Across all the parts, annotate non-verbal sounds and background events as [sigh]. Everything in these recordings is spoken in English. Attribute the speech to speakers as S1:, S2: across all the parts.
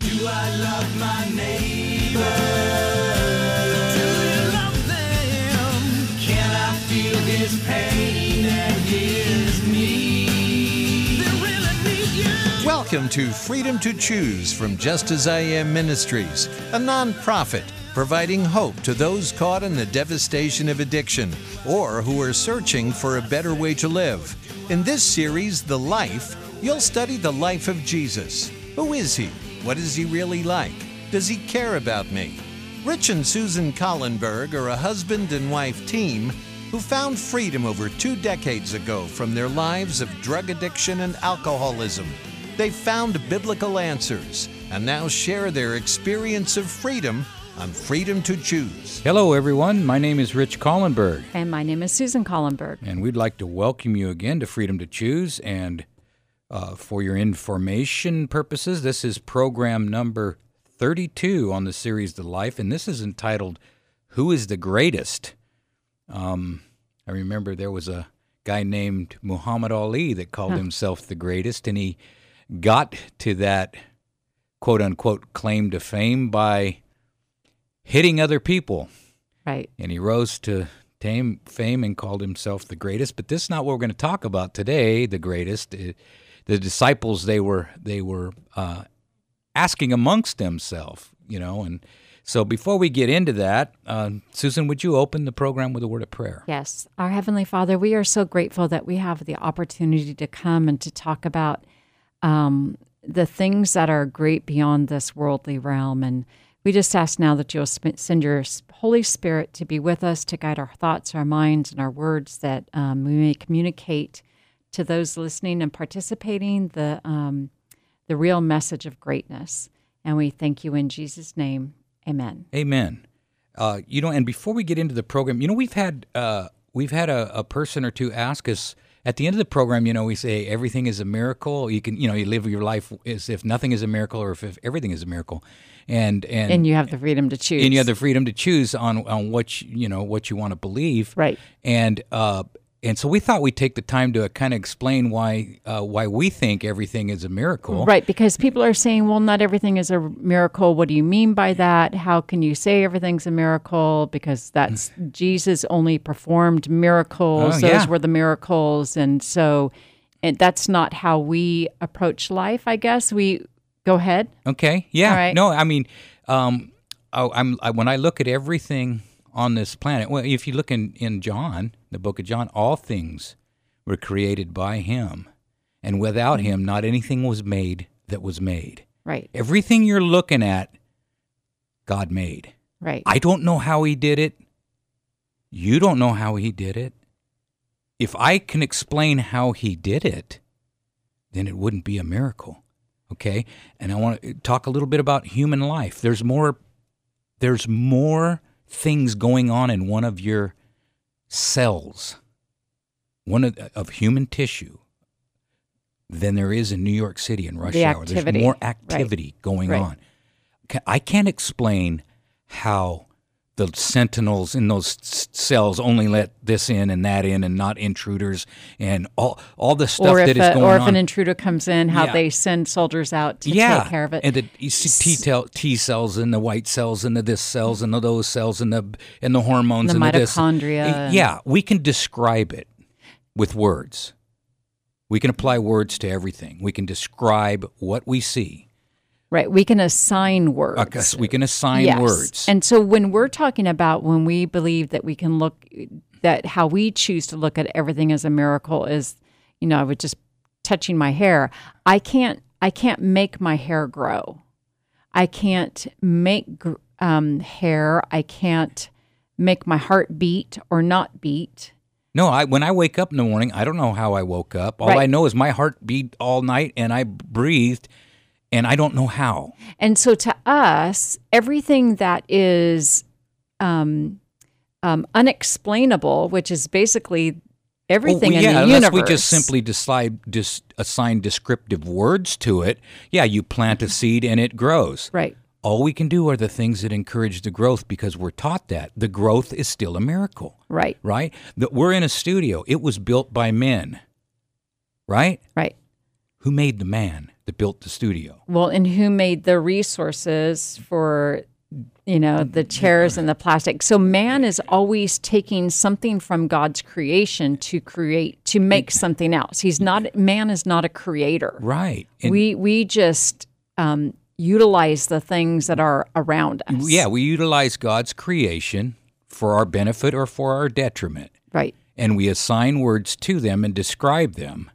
S1: I love my neighbor? Do you love them? Can I feel his pain and his need? They really need you.
S2: Welcome to Freedom to Choose from Just As I Am Ministries, a nonprofit providing hope to those caught in the devastation of addiction or who are searching for a better way to live. In this series, The Life, you'll study the life of Jesus. Who is he? What is he really like? Does he care about me? Rich and Susan Collenberg are a husband and wife team who found freedom over two decades ago from their lives of drug addiction and alcoholism. They found biblical answers and now share their experience of freedom on Freedom to Choose.
S3: Hello, everyone. My name is Rich Collenberg,
S4: And my name is Susan Collenberg.
S3: and we'd like to welcome you again to Freedom to Choose. And uh, for your information purposes, this is program number 32 on the series The Life, and this is entitled Who is the Greatest? Um, I remember there was a guy named Muhammad Ali that called himself the greatest, and he got to that quote unquote claim to fame by hitting other people.
S4: Right.
S3: and he rose to tame fame and called himself the greatest. But this is not what we're going to talk about today. The greatest, Uh, the disciples they were they were uh, asking amongst themselves, you know. And so before we get into that, uh, Susan, would you open the program with a word of prayer?
S4: Yes. Our Heavenly Father, we are so grateful that we have the opportunity to come and to talk about um, the things that are great beyond this worldly realm. And we just ask now that you'll sp- send your s- Holy Spirit to be with us, to guide our thoughts, our minds, and our words, that um, we may communicate to those listening and participating the, um, the real message of greatness. And we thank you in Jesus' name. Amen.
S3: Amen. Uh, you know, and before we get into the program, you know, we've had uh, we've had a, a person or two ask us at the end of the program. You know, we say everything is a miracle. You can, you know, you live your life as if nothing is a miracle, or if, if everything is a miracle, and and,
S4: And you have the freedom to choose.
S3: and you have the freedom to choose on on what you, you know what you want to believe.
S4: Right.
S3: And uh, and so we thought we'd take the time to kind of explain why uh, why we think everything is a miracle.
S4: Right, because people are saying, well, not everything is a miracle. What do you mean by that? How can you say everything's a miracle? Because that's Jesus only performed miracles.
S3: Hmm. Oh,
S4: Those
S3: yeah.
S4: were the miracles. And so and that's not how we approach life, I guess. We go ahead.
S3: Okay. Yeah.
S4: All right.
S3: No, I mean, um, I, I'm I, when I look at everything on this planet. Well, if you look in in John, the book of John, all things were created by Him, and without Him, not anything was made that was made.
S4: Right,
S3: Everything you're looking at, God made.
S4: right.
S3: I don't know how he did it. You don't know how he did it. If I can explain how he did it, then it wouldn't be a miracle. Okay? And I want to talk a little bit about human life. There's more there's more things going on in one of your cells, one of, of human tissue than there is in New York City in rush
S4: The
S3: hour.
S4: activity.
S3: There's more
S4: Right.
S3: activity going
S4: Right.
S3: on ca- I can't explain how the sentinels in those s- cells only let this in and that in and not intruders and all all the stuff
S4: or if,
S3: that is
S4: a,
S3: going
S4: or if
S3: on.
S4: an intruder comes in, how
S3: Yeah.
S4: they send soldiers out to
S3: yeah,
S4: take care of it.
S3: and the T, T, tel- T cells and the white cells and the this cells and the those cells and the and the hormones
S4: The
S3: and the this.
S4: mitochondria
S3: Uh,
S4: and-
S3: Yeah, we can describe it with words. We can apply words to everything. We can describe what we see.
S4: right, we can assign words.
S3: Uh, 'cause we can assign
S4: Yes.
S3: words.
S4: And so when we're talking about when we believe that we can look that how we choose to look at everything as a miracle is, you know, I was just touching my hair. I can't I can't make my hair grow. I can't make gr- um, hair. I can't make my heart beat or not beat.
S3: No, I when I wake up in the morning, I don't know how I woke up. All
S4: Right.
S3: I know is my heart beat all night and I breathed and I don't know how. Oh,
S4: And so to us, everything that is um, um, unexplainable, which is basically everything
S3: well,
S4: in
S3: Oh, yeah,
S4: the
S3: unless
S4: universe.
S3: we just simply decide dis, assign descriptive words to it. Yeah, you plant
S4: Mm-hmm.
S3: a seed and it grows.
S4: Right.
S3: All we can do are the things that encourage the growth because we're taught that the growth is still a miracle,
S4: Right.
S3: right? That we're in a studio. It was built by men. Right?
S4: Right.
S3: Who made the man? that built the studio.
S4: Well, and who made the resources for you know the chairs and the plastic? So man is always taking something from God's creation to create to make something else. He's not man is not a creator.
S3: Right. And
S4: We we just um, utilize the things that are around us.
S3: yeah, we utilize God's creation for our benefit or for our detriment.
S4: Right.
S3: and we assign words to them and describe them,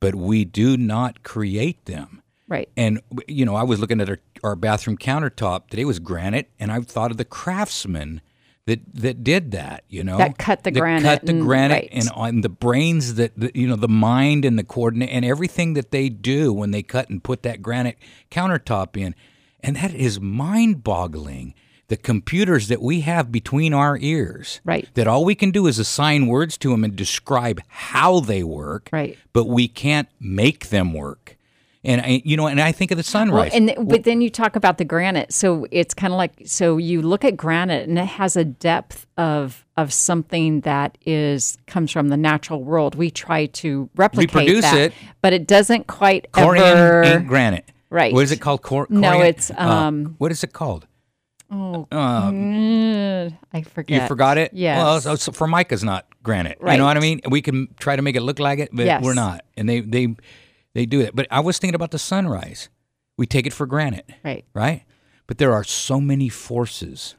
S3: but we do not create them.
S4: Right.
S3: And you know, I was looking at our, our bathroom countertop today was granite, and I thought of the craftsmen that that did that. You know,
S4: That cut the granite
S3: cut the
S4: and-
S3: granite,
S4: right.
S3: and on the brains that the, you know, the mind and the coordinate and everything that they do when they cut and put that granite countertop in, and that is mind-boggling. The computers that we have between our ears,
S4: Right.
S3: that all we can do is assign words to them and describe how they work,
S4: Right.
S3: but we can't make them work. And I, you know, and I think of the
S4: Well,
S3: sunrise.
S4: and th- but then you talk about the granite, so it's kind of like so you look at granite and it has a depth of of something that is comes from the natural world. We try to replicate
S3: Reproduce
S4: that,
S3: it.
S4: but it doesn't quite ever.
S3: Corian ain't granite.
S4: Right.
S3: What is it called? Cor-
S4: No,
S3: corian-
S4: it's,
S3: uh,
S4: um,
S3: what is it called? Uh,
S4: Mm, Oh, I
S3: Um, You
S4: forget.
S3: forgot it.
S4: Yes.
S3: Well, so, so Formica's not granite. You know what I
S4: Right.
S3: mean? We can try to make it look like it, but
S4: Yes.
S3: we're not. And they they they do it. But I was thinking about the sunrise. We take it for granted.
S4: Right.
S3: right? But there are so many forces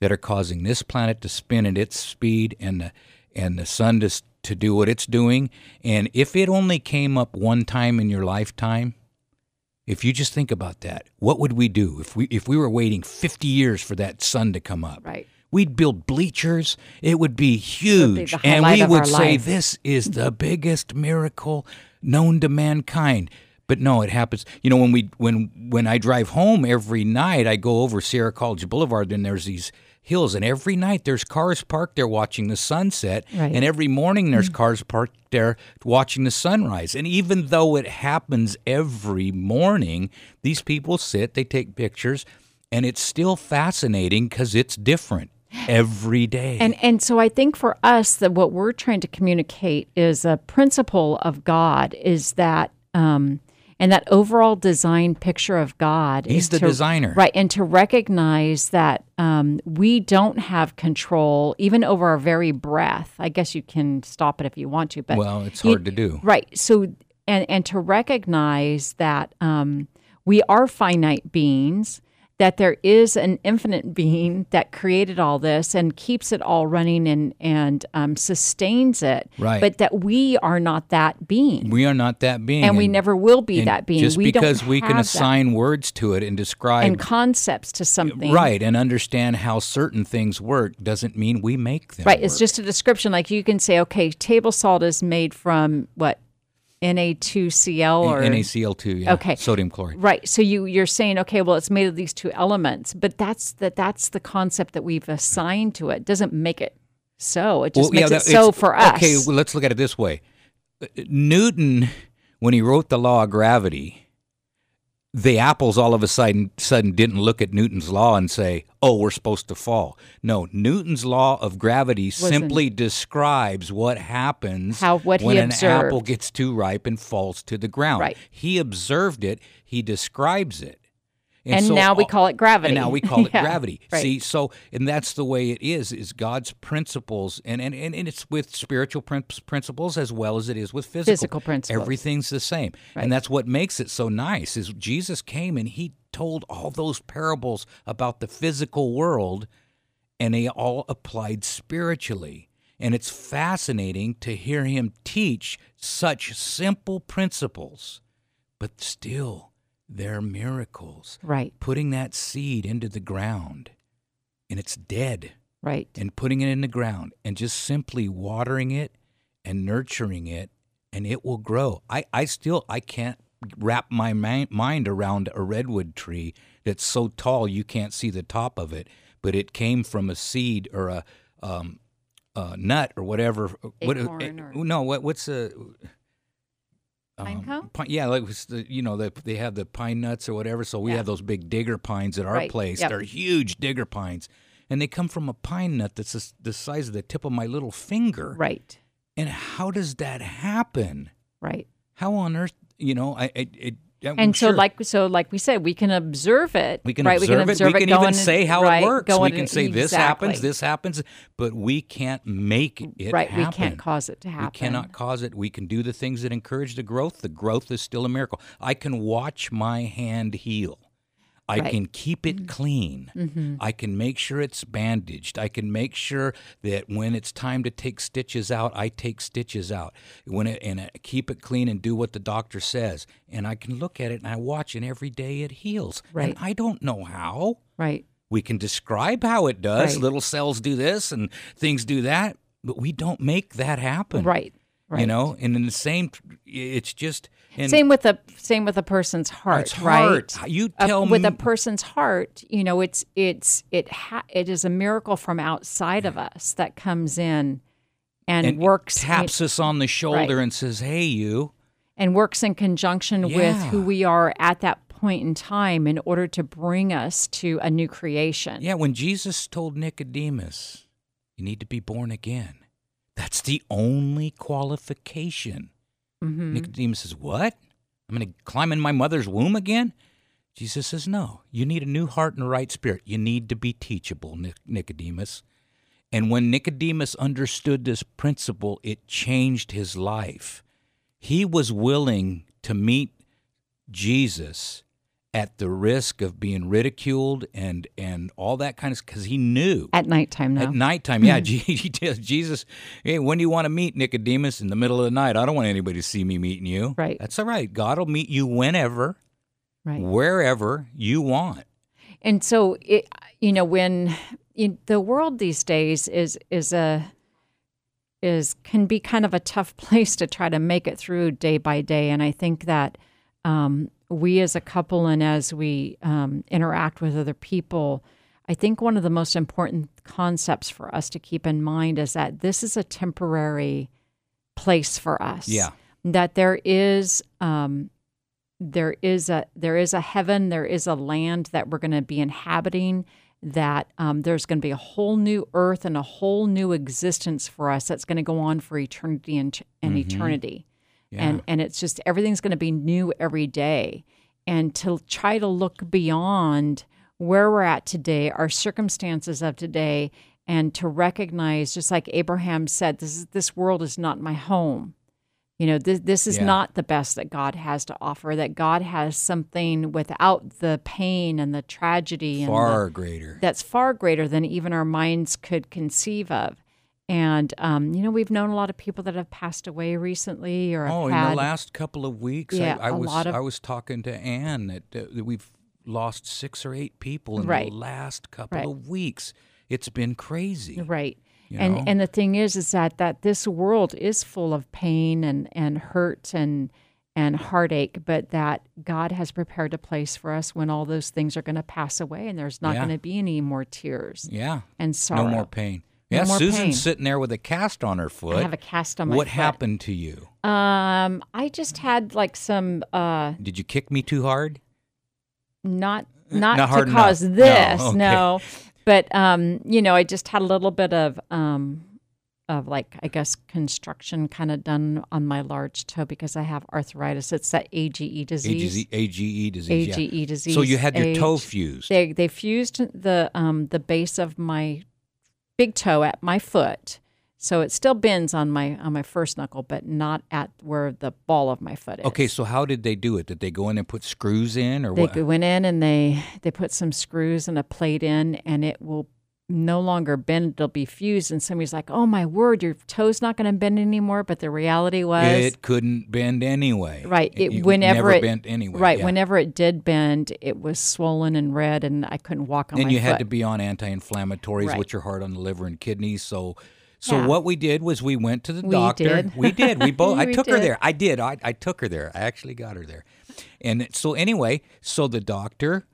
S3: that are causing this planet to spin at its speed and the, and the sun to, s- to do what it's doing. And if it only came up one time in your lifetime, if you just think about that, what would we do if we if we were waiting 50 years for that sun to come up?
S4: Right.
S3: We'd build bleachers. It would
S4: would
S3: be
S4: be
S3: huge.
S4: the
S3: and
S4: highlight
S3: we
S4: of
S3: would
S4: our
S3: say,
S4: life.
S3: This is the biggest miracle known to mankind. But no, it happens. You know, when we when when I drive home every night, I go over Sierra College Boulevard, and there's these hills, and every night there's cars parked there watching the sunset,
S4: Right.
S3: and every morning there's
S4: Mm.
S3: cars parked there watching the sunrise. And even though it happens every morning, these people sit, they take pictures, and it's still fascinating because it's different every day.
S4: And and so I think for us that what we're trying to communicate is a principle of God is that um and that overall design picture of God
S3: He's
S4: is
S3: the
S4: to-
S3: designer.
S4: Right. And to recognize that um, we don't have control even over our very breath. I guess you can stop it if you want to, but
S3: well, it's
S4: you-
S3: hard to do.
S4: Right. So and and to recognize that um, we are finite beings, that there is an infinite being that created all this and keeps it all running and and um, sustains it.
S3: Right.
S4: But that we are not that being,
S3: We are not that being.
S4: and we never will be
S3: and
S4: that being.
S3: Just
S4: we
S3: because
S4: don't
S3: we can
S4: have that.
S3: assign words to it and describe
S4: and concepts to something.
S3: right and understand how certain things work doesn't mean we make them.
S4: Right. It's
S3: work.
S4: just a description. Like you can say, okay, table salt is made from what.
S3: E,
S4: Na2Cl or
S3: NaCl2, yeah.
S4: Okay.
S3: Sodium chloride.
S4: Right. So you you're saying, okay, well, it's made of these two elements, but that's that that's the concept that we've assigned to it. Doesn't make it so. It just
S3: Well, yeah,
S4: makes it
S3: that-
S4: so
S3: it's-
S4: for us.
S3: Okay, well, let's look at it this way. Uh, Newton, when he wrote the law of gravity, the apples all of a sudden, sudden didn't look at Newton's law and say, "Oh, we're supposed to fall." No, Newton's law of gravity simply describes what happens
S4: How- what he
S3: when an
S4: observed.
S3: apple gets too ripe and falls to the ground.
S4: Right.
S3: He observed it. He describes it.
S4: And now we
S3: all-
S4: call it gravity.
S3: And now
S4: [laughs]
S3: we call it
S4: Yeah,
S3: gravity.
S4: right.
S3: See, so and that's the way it is is god's principles and and, and, and it's with spiritual prin- principles as well as it is with physical,
S4: Physical principles.
S3: everything's the same and that's what makes it so nice is jesus came and he told all those parables about the physical world and they all applied spiritually and it's fascinating to hear him teach such simple principles but still they're miracles
S4: right.
S3: putting that seed into the ground and it's dead
S4: Right.
S3: and putting it in the ground and just simply watering it and nurturing it and it will grow i, I still i can't wrap my mi- mind around a redwood tree that's so tall you can't see the top of it but it came from a seed or a um, a nut or whatever uh, what,
S4: Acorn or-
S3: no what, what's a um,
S4: Pine cone?
S3: pi- yeah, like it's the, you know, the, they have the pine nuts or whatever. So we
S4: Yeah.
S3: have those big digger pines at our
S4: Right,
S3: place.
S4: yep.
S3: They're huge digger pines, and they come from a pine nut that's the- the size of the tip of my little finger.
S4: Right.
S3: And how does that happen?
S4: Right.
S3: How on earth, you know, I, I it, Yeah,
S4: And so,
S3: Uh, sure.
S4: like so, like we said, we can observe it.
S3: we can
S4: right?
S3: observe it. We can even
S4: going in-
S3: say how
S4: right,
S3: it works. We
S4: going
S3: can
S4: in-
S3: say this happens,
S4: exactly.
S3: this happens, but we can't make it
S4: right.
S3: happen.
S4: We can't cause it to happen.
S3: We cannot cause it. We can do the things that encourage the growth. The growth is still a miracle. I can watch my hand heal. I
S4: Right. Mm-hmm.
S3: can keep it clean. I can make sure it's bandaged. I can make sure that when it's time to take stitches out, I take stitches out. When it, and I keep it clean and do what the doctor says. And I can look at it and I watch and every day it heals.
S4: Right.
S3: And I don't know how.
S4: Right.
S3: We can describe how it does.
S4: Right.
S3: Little cells do this and things do that, but we don't make that happen.
S4: Right. Right.
S3: You know, and in the same, it's just and
S4: same with a same with a person's heart.
S3: It's
S4: right.
S3: heart. You
S4: A-
S3: tell
S4: with a
S3: me-
S4: person's heart, you know, it's it's it ha- it is a miracle from outside of us that comes in and,
S3: and
S4: works
S3: taps us on the shoulder and says, "Hey, you."
S4: and works in conjunction with
S3: Yeah.
S4: who we are at that point in time in order to bring us to a new creation.
S3: Yeah, when Jesus told Nicodemus, "You need to be born again," that's the only qualification.
S4: Mm-hmm.
S3: Nicodemus says, "What? I'm going to climb in my mother's womb again?" Jesus says, "No. You need a new heart and a right spirit. You need to be teachable, Nic- Nicodemus." And when Nicodemus understood this principle, it changed his life. He was willing to meet Jesus at the risk of being ridiculed and and all that kind of because he knew
S4: At nighttime now.
S3: at nighttime,
S4: Hmm.
S3: yeah, [laughs] Je- he tells Jesus, hey, when do you want to meet Nicodemus? In the middle of the night. I don't want anybody to see me meeting you.
S4: Right.
S3: That's all right. God will meet you whenever,
S4: right.
S3: wherever you want.
S4: and so it you know when in the world these days is is a is can be kind of a tough [laughs] place to try to make it through day by day and i think that um, we as a couple and as we um, interact with other people i think one of the most important concepts for us to keep in mind is that this is a temporary place for us
S3: Yeah.
S4: that there is um, there is a there is a heaven, there is a land that we're going to be inhabiting. That um, there's going to be a whole new earth and a whole new existence for us that's going to go on for eternity and, and eternity, and and it's just everything's going to be new every day, and to try to look beyond where we're at today, our circumstances of today, and to recognize, just like Abraham said, this is, this world is not my home. You know, this this is
S3: Yeah.
S4: not the best that God has to offer. That God has something without the pain and the tragedy and
S3: Far
S4: the,
S3: greater.
S4: that's far greater than even our minds could conceive of. And um, you know, we've known a lot of people that have passed away recently, or have
S3: Oh, in
S4: had,
S3: the last couple of weeks,
S4: Yeah,
S3: I, I
S4: a
S3: was
S4: lot of-
S3: I was talking to Anne that, uh, that we've lost six or eight people in
S4: Right.
S3: the last couple
S4: Right.
S3: of weeks. It's been crazy.
S4: right.
S3: you
S4: and
S3: know?
S4: and the thing is, is that that this world is full of pain and and hurt and and heartache, but that God has prepared a place for us when all those things are going to pass away, and there's not
S3: Yeah.
S4: going to be any more tears.
S3: Yeah.
S4: and sorrow.
S3: No more pain.
S4: No
S3: Yeah,
S4: more
S3: Susan's
S4: pain.
S3: sitting there with a cast on her foot.
S4: I have a cast on my
S3: what
S4: foot.
S3: happened to you?
S4: Um, I just had like some uh
S3: Did you kick me too hard?
S4: not not,
S3: Not hard
S4: to
S3: enough.
S4: cause
S3: No,
S4: this,
S3: okay.
S4: no. But um, you know, I just had a little bit of um of like I guess construction kind of done on my large toe because I have arthritis. It's that AGE disease.
S3: AGE, AGE disease. E, yeah.
S4: AGE disease. E.
S3: So you had your toe
S4: age.
S3: fused.
S4: They they fused the um the base of my big toe at my foot, so it still bends on my on my first knuckle, but not at where the ball of my foot is.
S3: okay, so how did they do it? Did they go in and put screws in or
S4: they
S3: what?
S4: g- went in and they they put some screws and a plate in, and it will no longer bend. It'll be fused, and somebody's like, "Oh my word, your toe's not going to bend anymore." But the reality was,
S3: It couldn't bend anyway.
S4: Right.
S3: It,
S4: It,
S3: you
S4: whenever
S3: never
S4: it
S3: bent anyway.
S4: Right.
S3: yeah.
S4: Whenever it did bend, it was swollen and red, and I couldn't walk on
S3: and
S4: my
S3: you
S4: foot.
S3: had to be on anti-inflammatories,
S4: Right.
S3: which are hard on the liver and kidneys. So, so
S4: Yeah.
S3: what we did was we went to the
S4: We
S3: doctor.
S4: did.
S3: We did.
S4: [laughs]
S3: We both. I
S4: We
S3: took her
S4: did.
S3: there. I did. I, I took her there. I actually got her there. And so anyway, so the doctor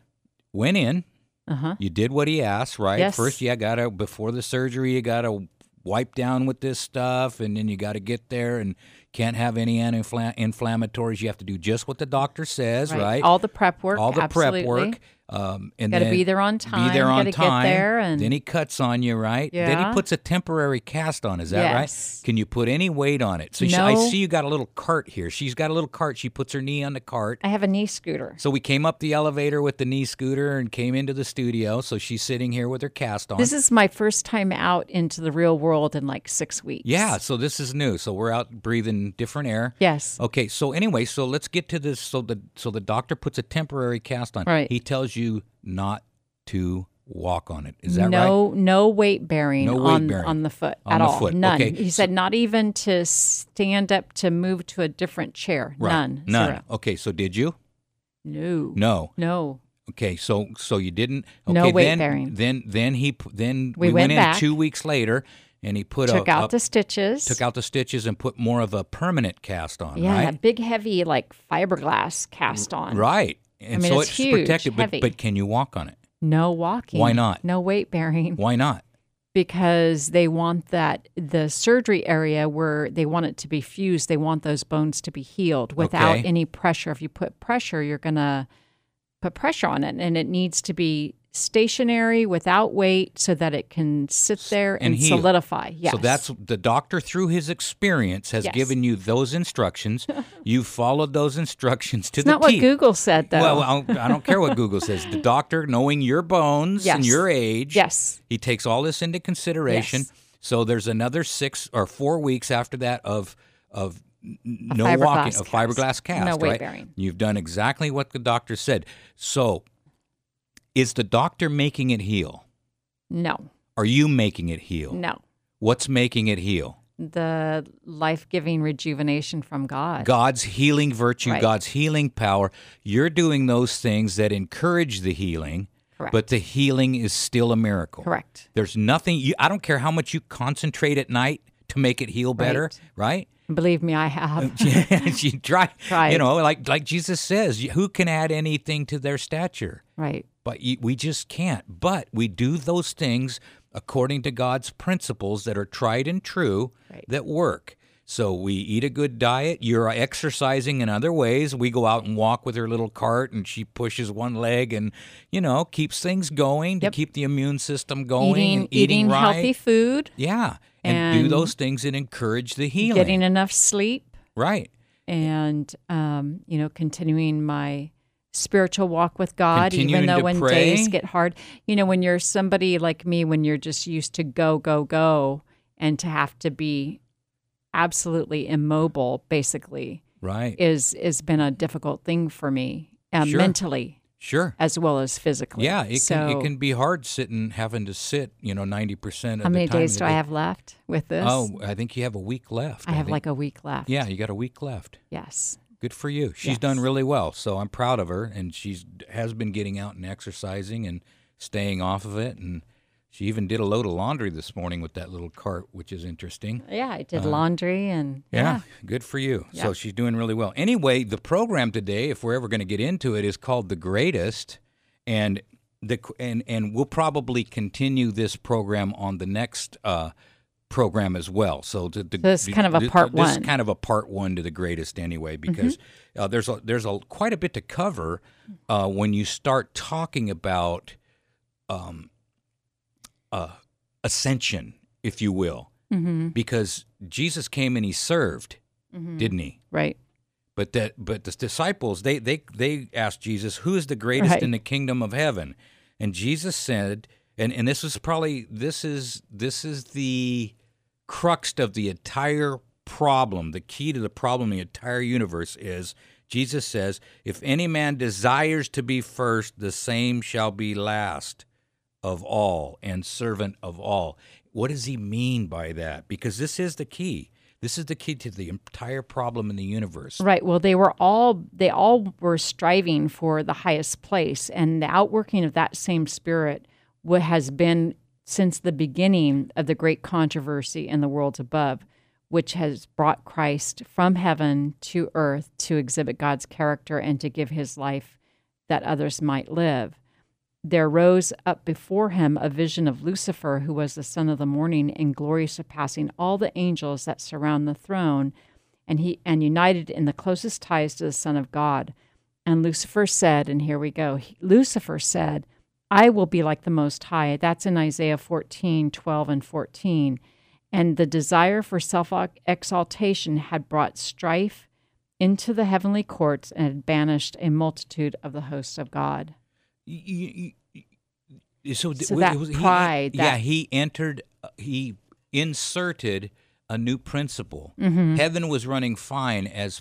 S3: went in.
S4: Uh-huh.
S3: You did what he asked, right?
S4: Yes.
S3: First, yeah, gotta before the surgery, you gotta wipe down with this stuff, and then you gotta get there and can't have any anti-inflammatories. You have to do just what the doctor says, right?
S4: All the prep work.
S3: all the prep
S4: absolutely.
S3: work. Um, and
S4: Gotta
S3: then
S4: be there on time,
S3: Be there on
S4: gotta get
S3: time.
S4: there and-
S3: then he cuts on you, right? Then
S4: Yeah.
S3: he puts a temporary cast on. Is that
S4: Yes.
S3: right? Can you put any weight on it? So she, I
S4: No.
S3: see you got a little cart here. She's got a little cart. She puts her knee on the cart.
S4: I have a knee scooter.
S3: So we came up the elevator with the knee scooter and came into the studio. So she's sitting here with her cast on.
S4: This is my first time out into the real world in like six weeks.
S3: yeah, so this is new. So we're out breathing different air.
S4: Yes.
S3: Okay, so anyway, so let's get to this. So the so the doctor puts a temporary cast on.
S4: Right.
S3: He tells you not to walk on it. Is that right?
S4: no, no weight bearing
S3: No weight
S4: on
S3: bearing.
S4: on the foot
S3: On
S4: at
S3: the
S4: all.
S3: foot,
S4: None.
S3: okay.
S4: He said not even to stand up to move to a different chair.
S3: Right.
S4: None.
S3: None.
S4: Zero.
S3: Okay, so did you?
S4: No.
S3: No.
S4: No.
S3: Okay, so so you didn't. Okay,
S4: No weight
S3: then,
S4: bearing.
S3: Then then he p- then
S4: We
S3: went,
S4: went
S3: in
S4: back.
S3: two weeks later, and he put
S4: Took
S3: a,
S4: out
S3: a-
S4: the stitches.
S3: took out the stitches and put more of a permanent cast on.
S4: Yeah,
S3: Right.
S4: big heavy like fiberglass cast on.
S3: Right. And
S4: mean,
S3: so
S4: it's
S3: it's
S4: huge,
S3: protected, but
S4: heavy.
S3: but can you walk on it?
S4: No walking.
S3: Why not?
S4: No weight bearing.
S3: Why not?
S4: because they want that the surgery area where they want it to be fused, they want those bones to be healed without
S3: Okay.
S4: any pressure. If you put pressure, you're going to put pressure on it and it needs to be stationary without weight so that it can sit there
S3: and
S4: and,
S3: heal.
S4: solidify. Yes.
S3: So that's the doctor through his experience has
S4: Yes.
S3: given you
S4: [laughs]
S3: those instructions. you followed those instructions to
S4: it's
S3: the
S4: not what
S3: T.
S4: Google said though.
S3: Well, I don't- I don't care what Google says. The doctor, knowing your bones and
S4: Yes.
S3: your age,
S4: yes.
S3: he takes all this into consideration.
S4: Yes.
S3: So there's another six or four weeks after that of of n- no
S4: fiberglass
S3: walking, a
S4: cast.
S3: fiberglass cast,
S4: No weight
S3: right?
S4: bearing.
S3: You've done exactly what the doctor said. So, is the doctor making it heal?
S4: No.
S3: Are you making it heal?
S4: No.
S3: What's making it heal?
S4: The life-giving rejuvenation from God.
S3: God's healing virtue,
S4: Right.
S3: God's healing power. You're doing those things that encourage the healing,
S4: Correct.
S3: but the healing is still a miracle.
S4: Correct.
S3: There's nothing you I don't care how much you concentrate at night to make it heal better,
S4: [laughs]
S3: right? [laughs]
S4: Believe me, I have.
S3: you try,
S4: Right.
S3: you know, like like Jesus says, who can add anything to their stature?
S4: right.
S3: But you, we just can't. But we do those things according to God's principles that are tried and true
S4: Right.
S3: that work. So we eat a good diet. You're exercising in other ways. We go out and walk with her little cart, and she pushes one leg, and you know keeps things going to keep the immune system going.
S4: Eating
S3: and eating, right.
S4: healthy food,
S3: yeah, and, do
S4: and
S3: those things that encourage the healing.
S4: getting enough sleep.
S3: right.
S4: and um, you know continuing my spiritual walk with god
S3: Continuing
S4: even though
S3: to
S4: when
S3: pray.
S4: days get hard you know when you're somebody like me when you're just used to go go go and to have to be absolutely immobile basically
S3: Right.
S4: is has been a difficult thing for me uh,
S3: Sure.
S4: mentally
S3: sure.
S4: as well as physically
S3: Yeah, it
S4: so
S3: can it can be hard sitting having to sit, you know, 90% of
S4: how
S3: the
S4: many
S3: time
S4: days do
S3: of the
S4: i
S3: day.
S4: have left with this
S3: Oh, I think you have a week left.
S4: i have
S3: think.
S4: like a week left
S3: Yeah, you got a week left.
S4: yes
S3: Good for you. She's done really well, so I'm proud of her, and she's has been getting out and exercising and staying off of it, and she even did a load of laundry this morning with that little cart, which is interesting.
S4: yeah i did laundry and
S3: Uh-huh. Yeah, good for you. So she's doing really well. Anyway, the program today, if we're ever going to get into it, is called The Greatest, and the and and we'll probably continue this program on the next uh, program as well. So the, the,
S4: This is kind of a
S3: th-
S4: part
S3: this is
S4: one. Mm-hmm.
S3: kind of a part one to The Greatest anyway, because uh, there's a, there's a quite a bit to cover uh, when you start talking about um, uh, ascension, if you will,
S4: hmm
S3: because Jesus came and he served,
S4: Mm-hmm.
S3: didn't he?
S4: right
S3: But that but the disciples they they they asked Jesus, "Who is the greatest
S4: Right.
S3: in the kingdom of heaven?" And Jesus said, and and this was probably this is this is the crux of the entire problem. The key to the problem, in the entire universe is Jesus says, "If any man desires to be first, the same shall be last of all and servant of all." What does he mean by that? Because this is the key. This is the key to the entire problem in the universe.
S4: Right. Well, they were all they all were striving for the highest place, and the outworking of that same spirit what has been since the beginning of the great controversy in the worlds above, which has brought Christ from heaven to earth to exhibit God's character and to give His life that others might live. There rose up before him a vision of Lucifer, who was the son of the morning, in glory surpassing all the angels that surround the throne, and he and united in the closest ties to the Son of God. And Lucifer said, and here we go he- Lucifer said, I will be like the Most High. That's in Isaiah 14, 12, and 14. And the desire for self exaltation had brought strife into the heavenly courts and had banished a multitude of the hosts of God.
S3: Y- y- y- y- so, th-
S4: So
S3: w-
S4: that
S3: it was- he-
S4: pride,
S3: yeah,
S4: that-
S3: he entered, uh, he inserted a new principle.
S4: Mm-hmm.
S3: Heaven was running fine as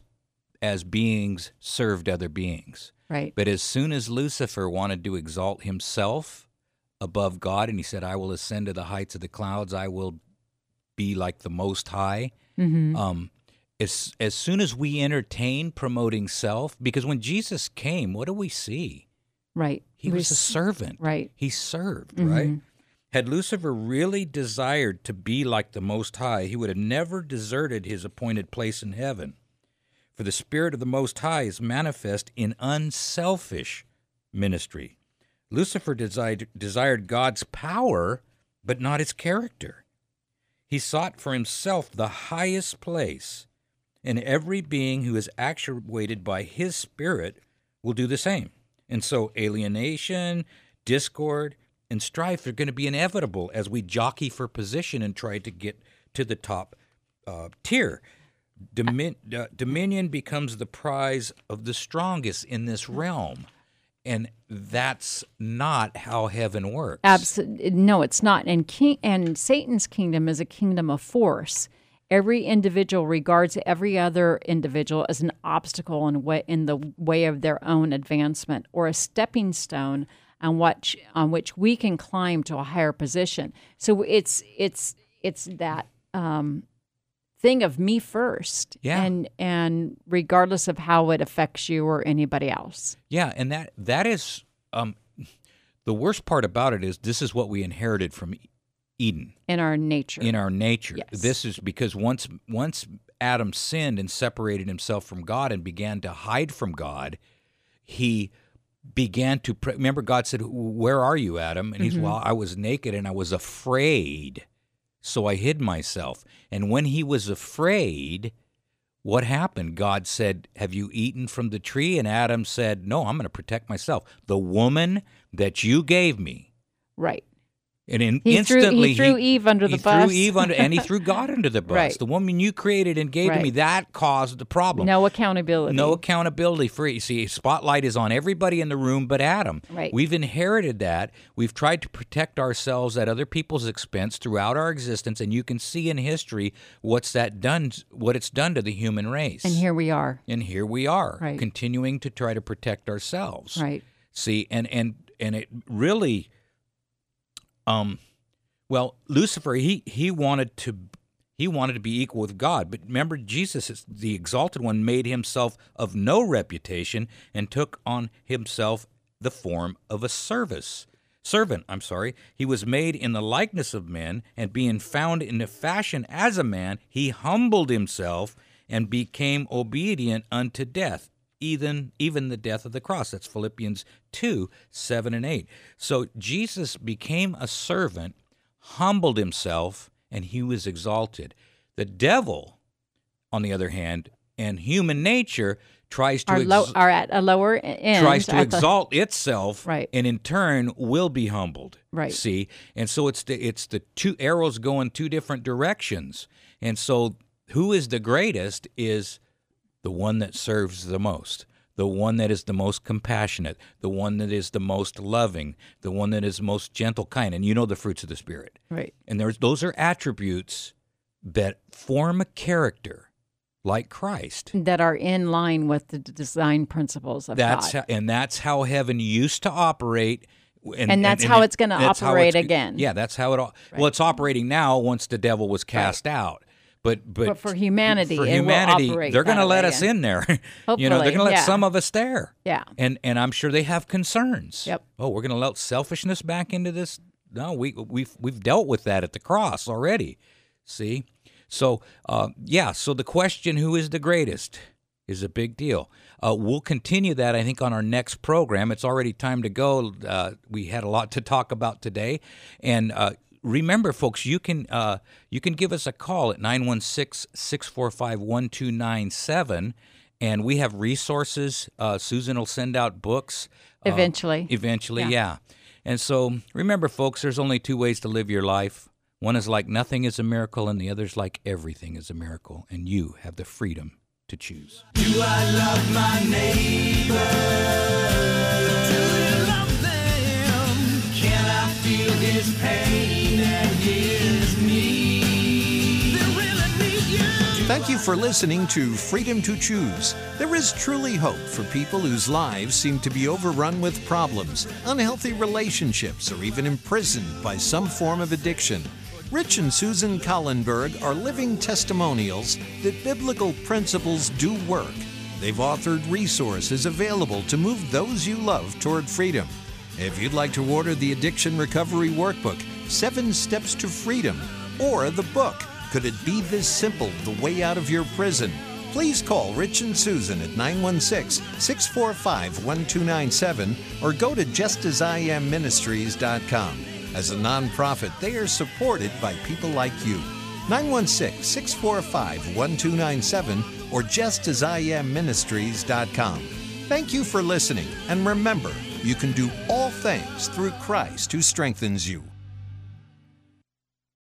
S3: as beings served other beings,
S4: Right.
S3: but as soon as Lucifer wanted to exalt himself above God, and he said, "I will ascend to the heights of the clouds. I will be like the Most High."
S4: Mm-hmm.
S3: Um, as as soon as we entertain promoting self, because when Jesus came, what do we see?
S4: Right.
S3: He
S4: We
S3: was a
S4: s-
S3: servant.
S4: right.
S3: He served, right? Had Lucifer really desired to be like the Most High, he would have never deserted his appointed place in heaven. For the Spirit of the Most High is manifest in unselfish ministry. Lucifer desired, desired God's power, but not his character. He sought for himself the highest place, and every being who is actuated by his spirit will do the same. And so alienation, discord, and strife are going to be inevitable as we jockey for position and try to get to the top uh, tier. Domin- uh, dominion becomes the prize of the strongest in this realm. And that's not how heaven works.
S4: Absolutely. No, it's not. And king and Satan's kingdom is a kingdom of force. Every individual regards every other individual as an obstacle in, way, in the way of their own advancement or a stepping stone on which on which we can climb to a higher position. So it's it's it's that um, thing of me first,
S3: Yeah.
S4: and and regardless of how it affects you or anybody else.
S3: Yeah, and that that is um, the worst part about it is this is what we inherited from E- Eden
S4: in our nature.
S3: in our nature.
S4: Yes.
S3: This is because once once Adam sinned and separated himself from God and began to hide from God, he began to pray. remember God said, "Where are you, Adam?" And he's,
S4: Mm-hmm.
S3: "Well, I was naked and I was afraid, so I hid myself." And when he was afraid, what happened? God said, Have you eaten from the tree? And Adam said, No, I'm going to protect myself. The woman that you gave me.
S4: right.
S3: And in,
S4: He threw- he
S3: instantly
S4: threw Eve under
S3: he
S4: the bus.
S3: Threw Eve under, and he
S4: [laughs]
S3: threw God under the bus.
S4: Right.
S3: The woman you created and gave to me
S4: Right.
S3: that caused the problem.
S4: No accountability.
S3: No accountability for it. See, spotlight is on everybody in the room but Adam.
S4: Right.
S3: We've inherited that. We've tried to protect ourselves at other people's expense throughout our existence, and you can see in history what's that done, what it's done to the human race.
S4: And here we are.
S3: and here we are,
S4: Right.
S3: continuing to try to protect ourselves.
S4: Right.
S3: See, and and and it really, um, well, Lucifer he he wanted to he wanted to be equal with God, but remember Jesus, is- the exalted one, made himself of no reputation and took on himself the form of a service servant. I'm sorry, he was made in the likeness of men, and being found in the fashion as a man, he humbled himself and became obedient unto death even even the death of the cross that's philippians 2 7 and 8 so jesus became a servant humbled himself and he was exalted the devil on the other hand and human nature tries to
S4: Are
S3: ex-
S4: low are at a lower e-, end.
S3: tries to
S4: at the-
S3: exalt itself
S4: Right.
S3: and in turn will be humbled
S4: Right.
S3: see and so it's the it's the two arrows going two different directions and so who is the greatest is the one that serves the most the one that is the most compassionate the one that is the most loving the one that is most gentle kind and you know the fruits of the spirit
S4: Right.
S3: and there's those are attributes that form a character like christ
S4: That are in line with the d- design principles Mm, of
S3: that's
S4: God.
S3: How, and that's how heaven used to operate.
S4: And that's how it's gonna
S3: that's how
S4: operate
S3: it's-
S4: again.
S3: Yeah, that's how it. All, Well, it's operating now once the devil was cast out. But, but
S4: But for humanity,
S3: for
S4: it will
S3: humanity,
S4: operate
S3: they're gonna
S4: that
S3: let
S4: way,
S3: us
S4: yeah.
S3: in there. [laughs] you know, they're
S4: Hopefully,
S3: going to let
S4: yeah.
S3: some of us there.
S4: Yeah.
S3: And and I'm sure they have concerns.
S4: Yep.
S3: Oh, we're going to let selfishness back into this. No, we we've we've dealt with that at the cross already. See, so uh, yeah. So the question, who is the greatest, is a big deal. Uh, we'll continue that I think on our next program. It's already time to go. Uh, we had a lot to talk about today, and. Uh, Remember, folks, you can uh, you can give us a call at 916 645 1297 and we have resources. Uh, Susan will send out books. uh,
S4: Eventually.
S3: eventually,
S4: Yeah.
S3: yeah. And so remember, folks, there's only two ways to live your life. One is like nothing is a miracle, and the other is like everything is a miracle. And you have the freedom to choose.
S1: Do I love my neighbor? Do you love them? Can I feel his pain and his need? They really need you.
S2: Thank you for listening to Freedom to Choose. There is truly hope for people whose lives seem to be overrun with problems, unhealthy relationships, or even imprisoned by some form of addiction. Rich and Susan Collenberg are living testimonials that biblical principles do work. They've authored resources available to move those you love toward freedom. If you'd like to order the Addiction Recovery Workbook, Seven Steps to Freedom, or the book, Could It Be This Simple The Way Out of Your Prison? Please call Rich and Susan at 916 645 1297 or go to justasiamministries.com. As a nonprofit, they are supported by people like you. 916 645 1297 or justasiamministries.com. Thank you for listening, and remember, you can do all things through Christ who strengthens you.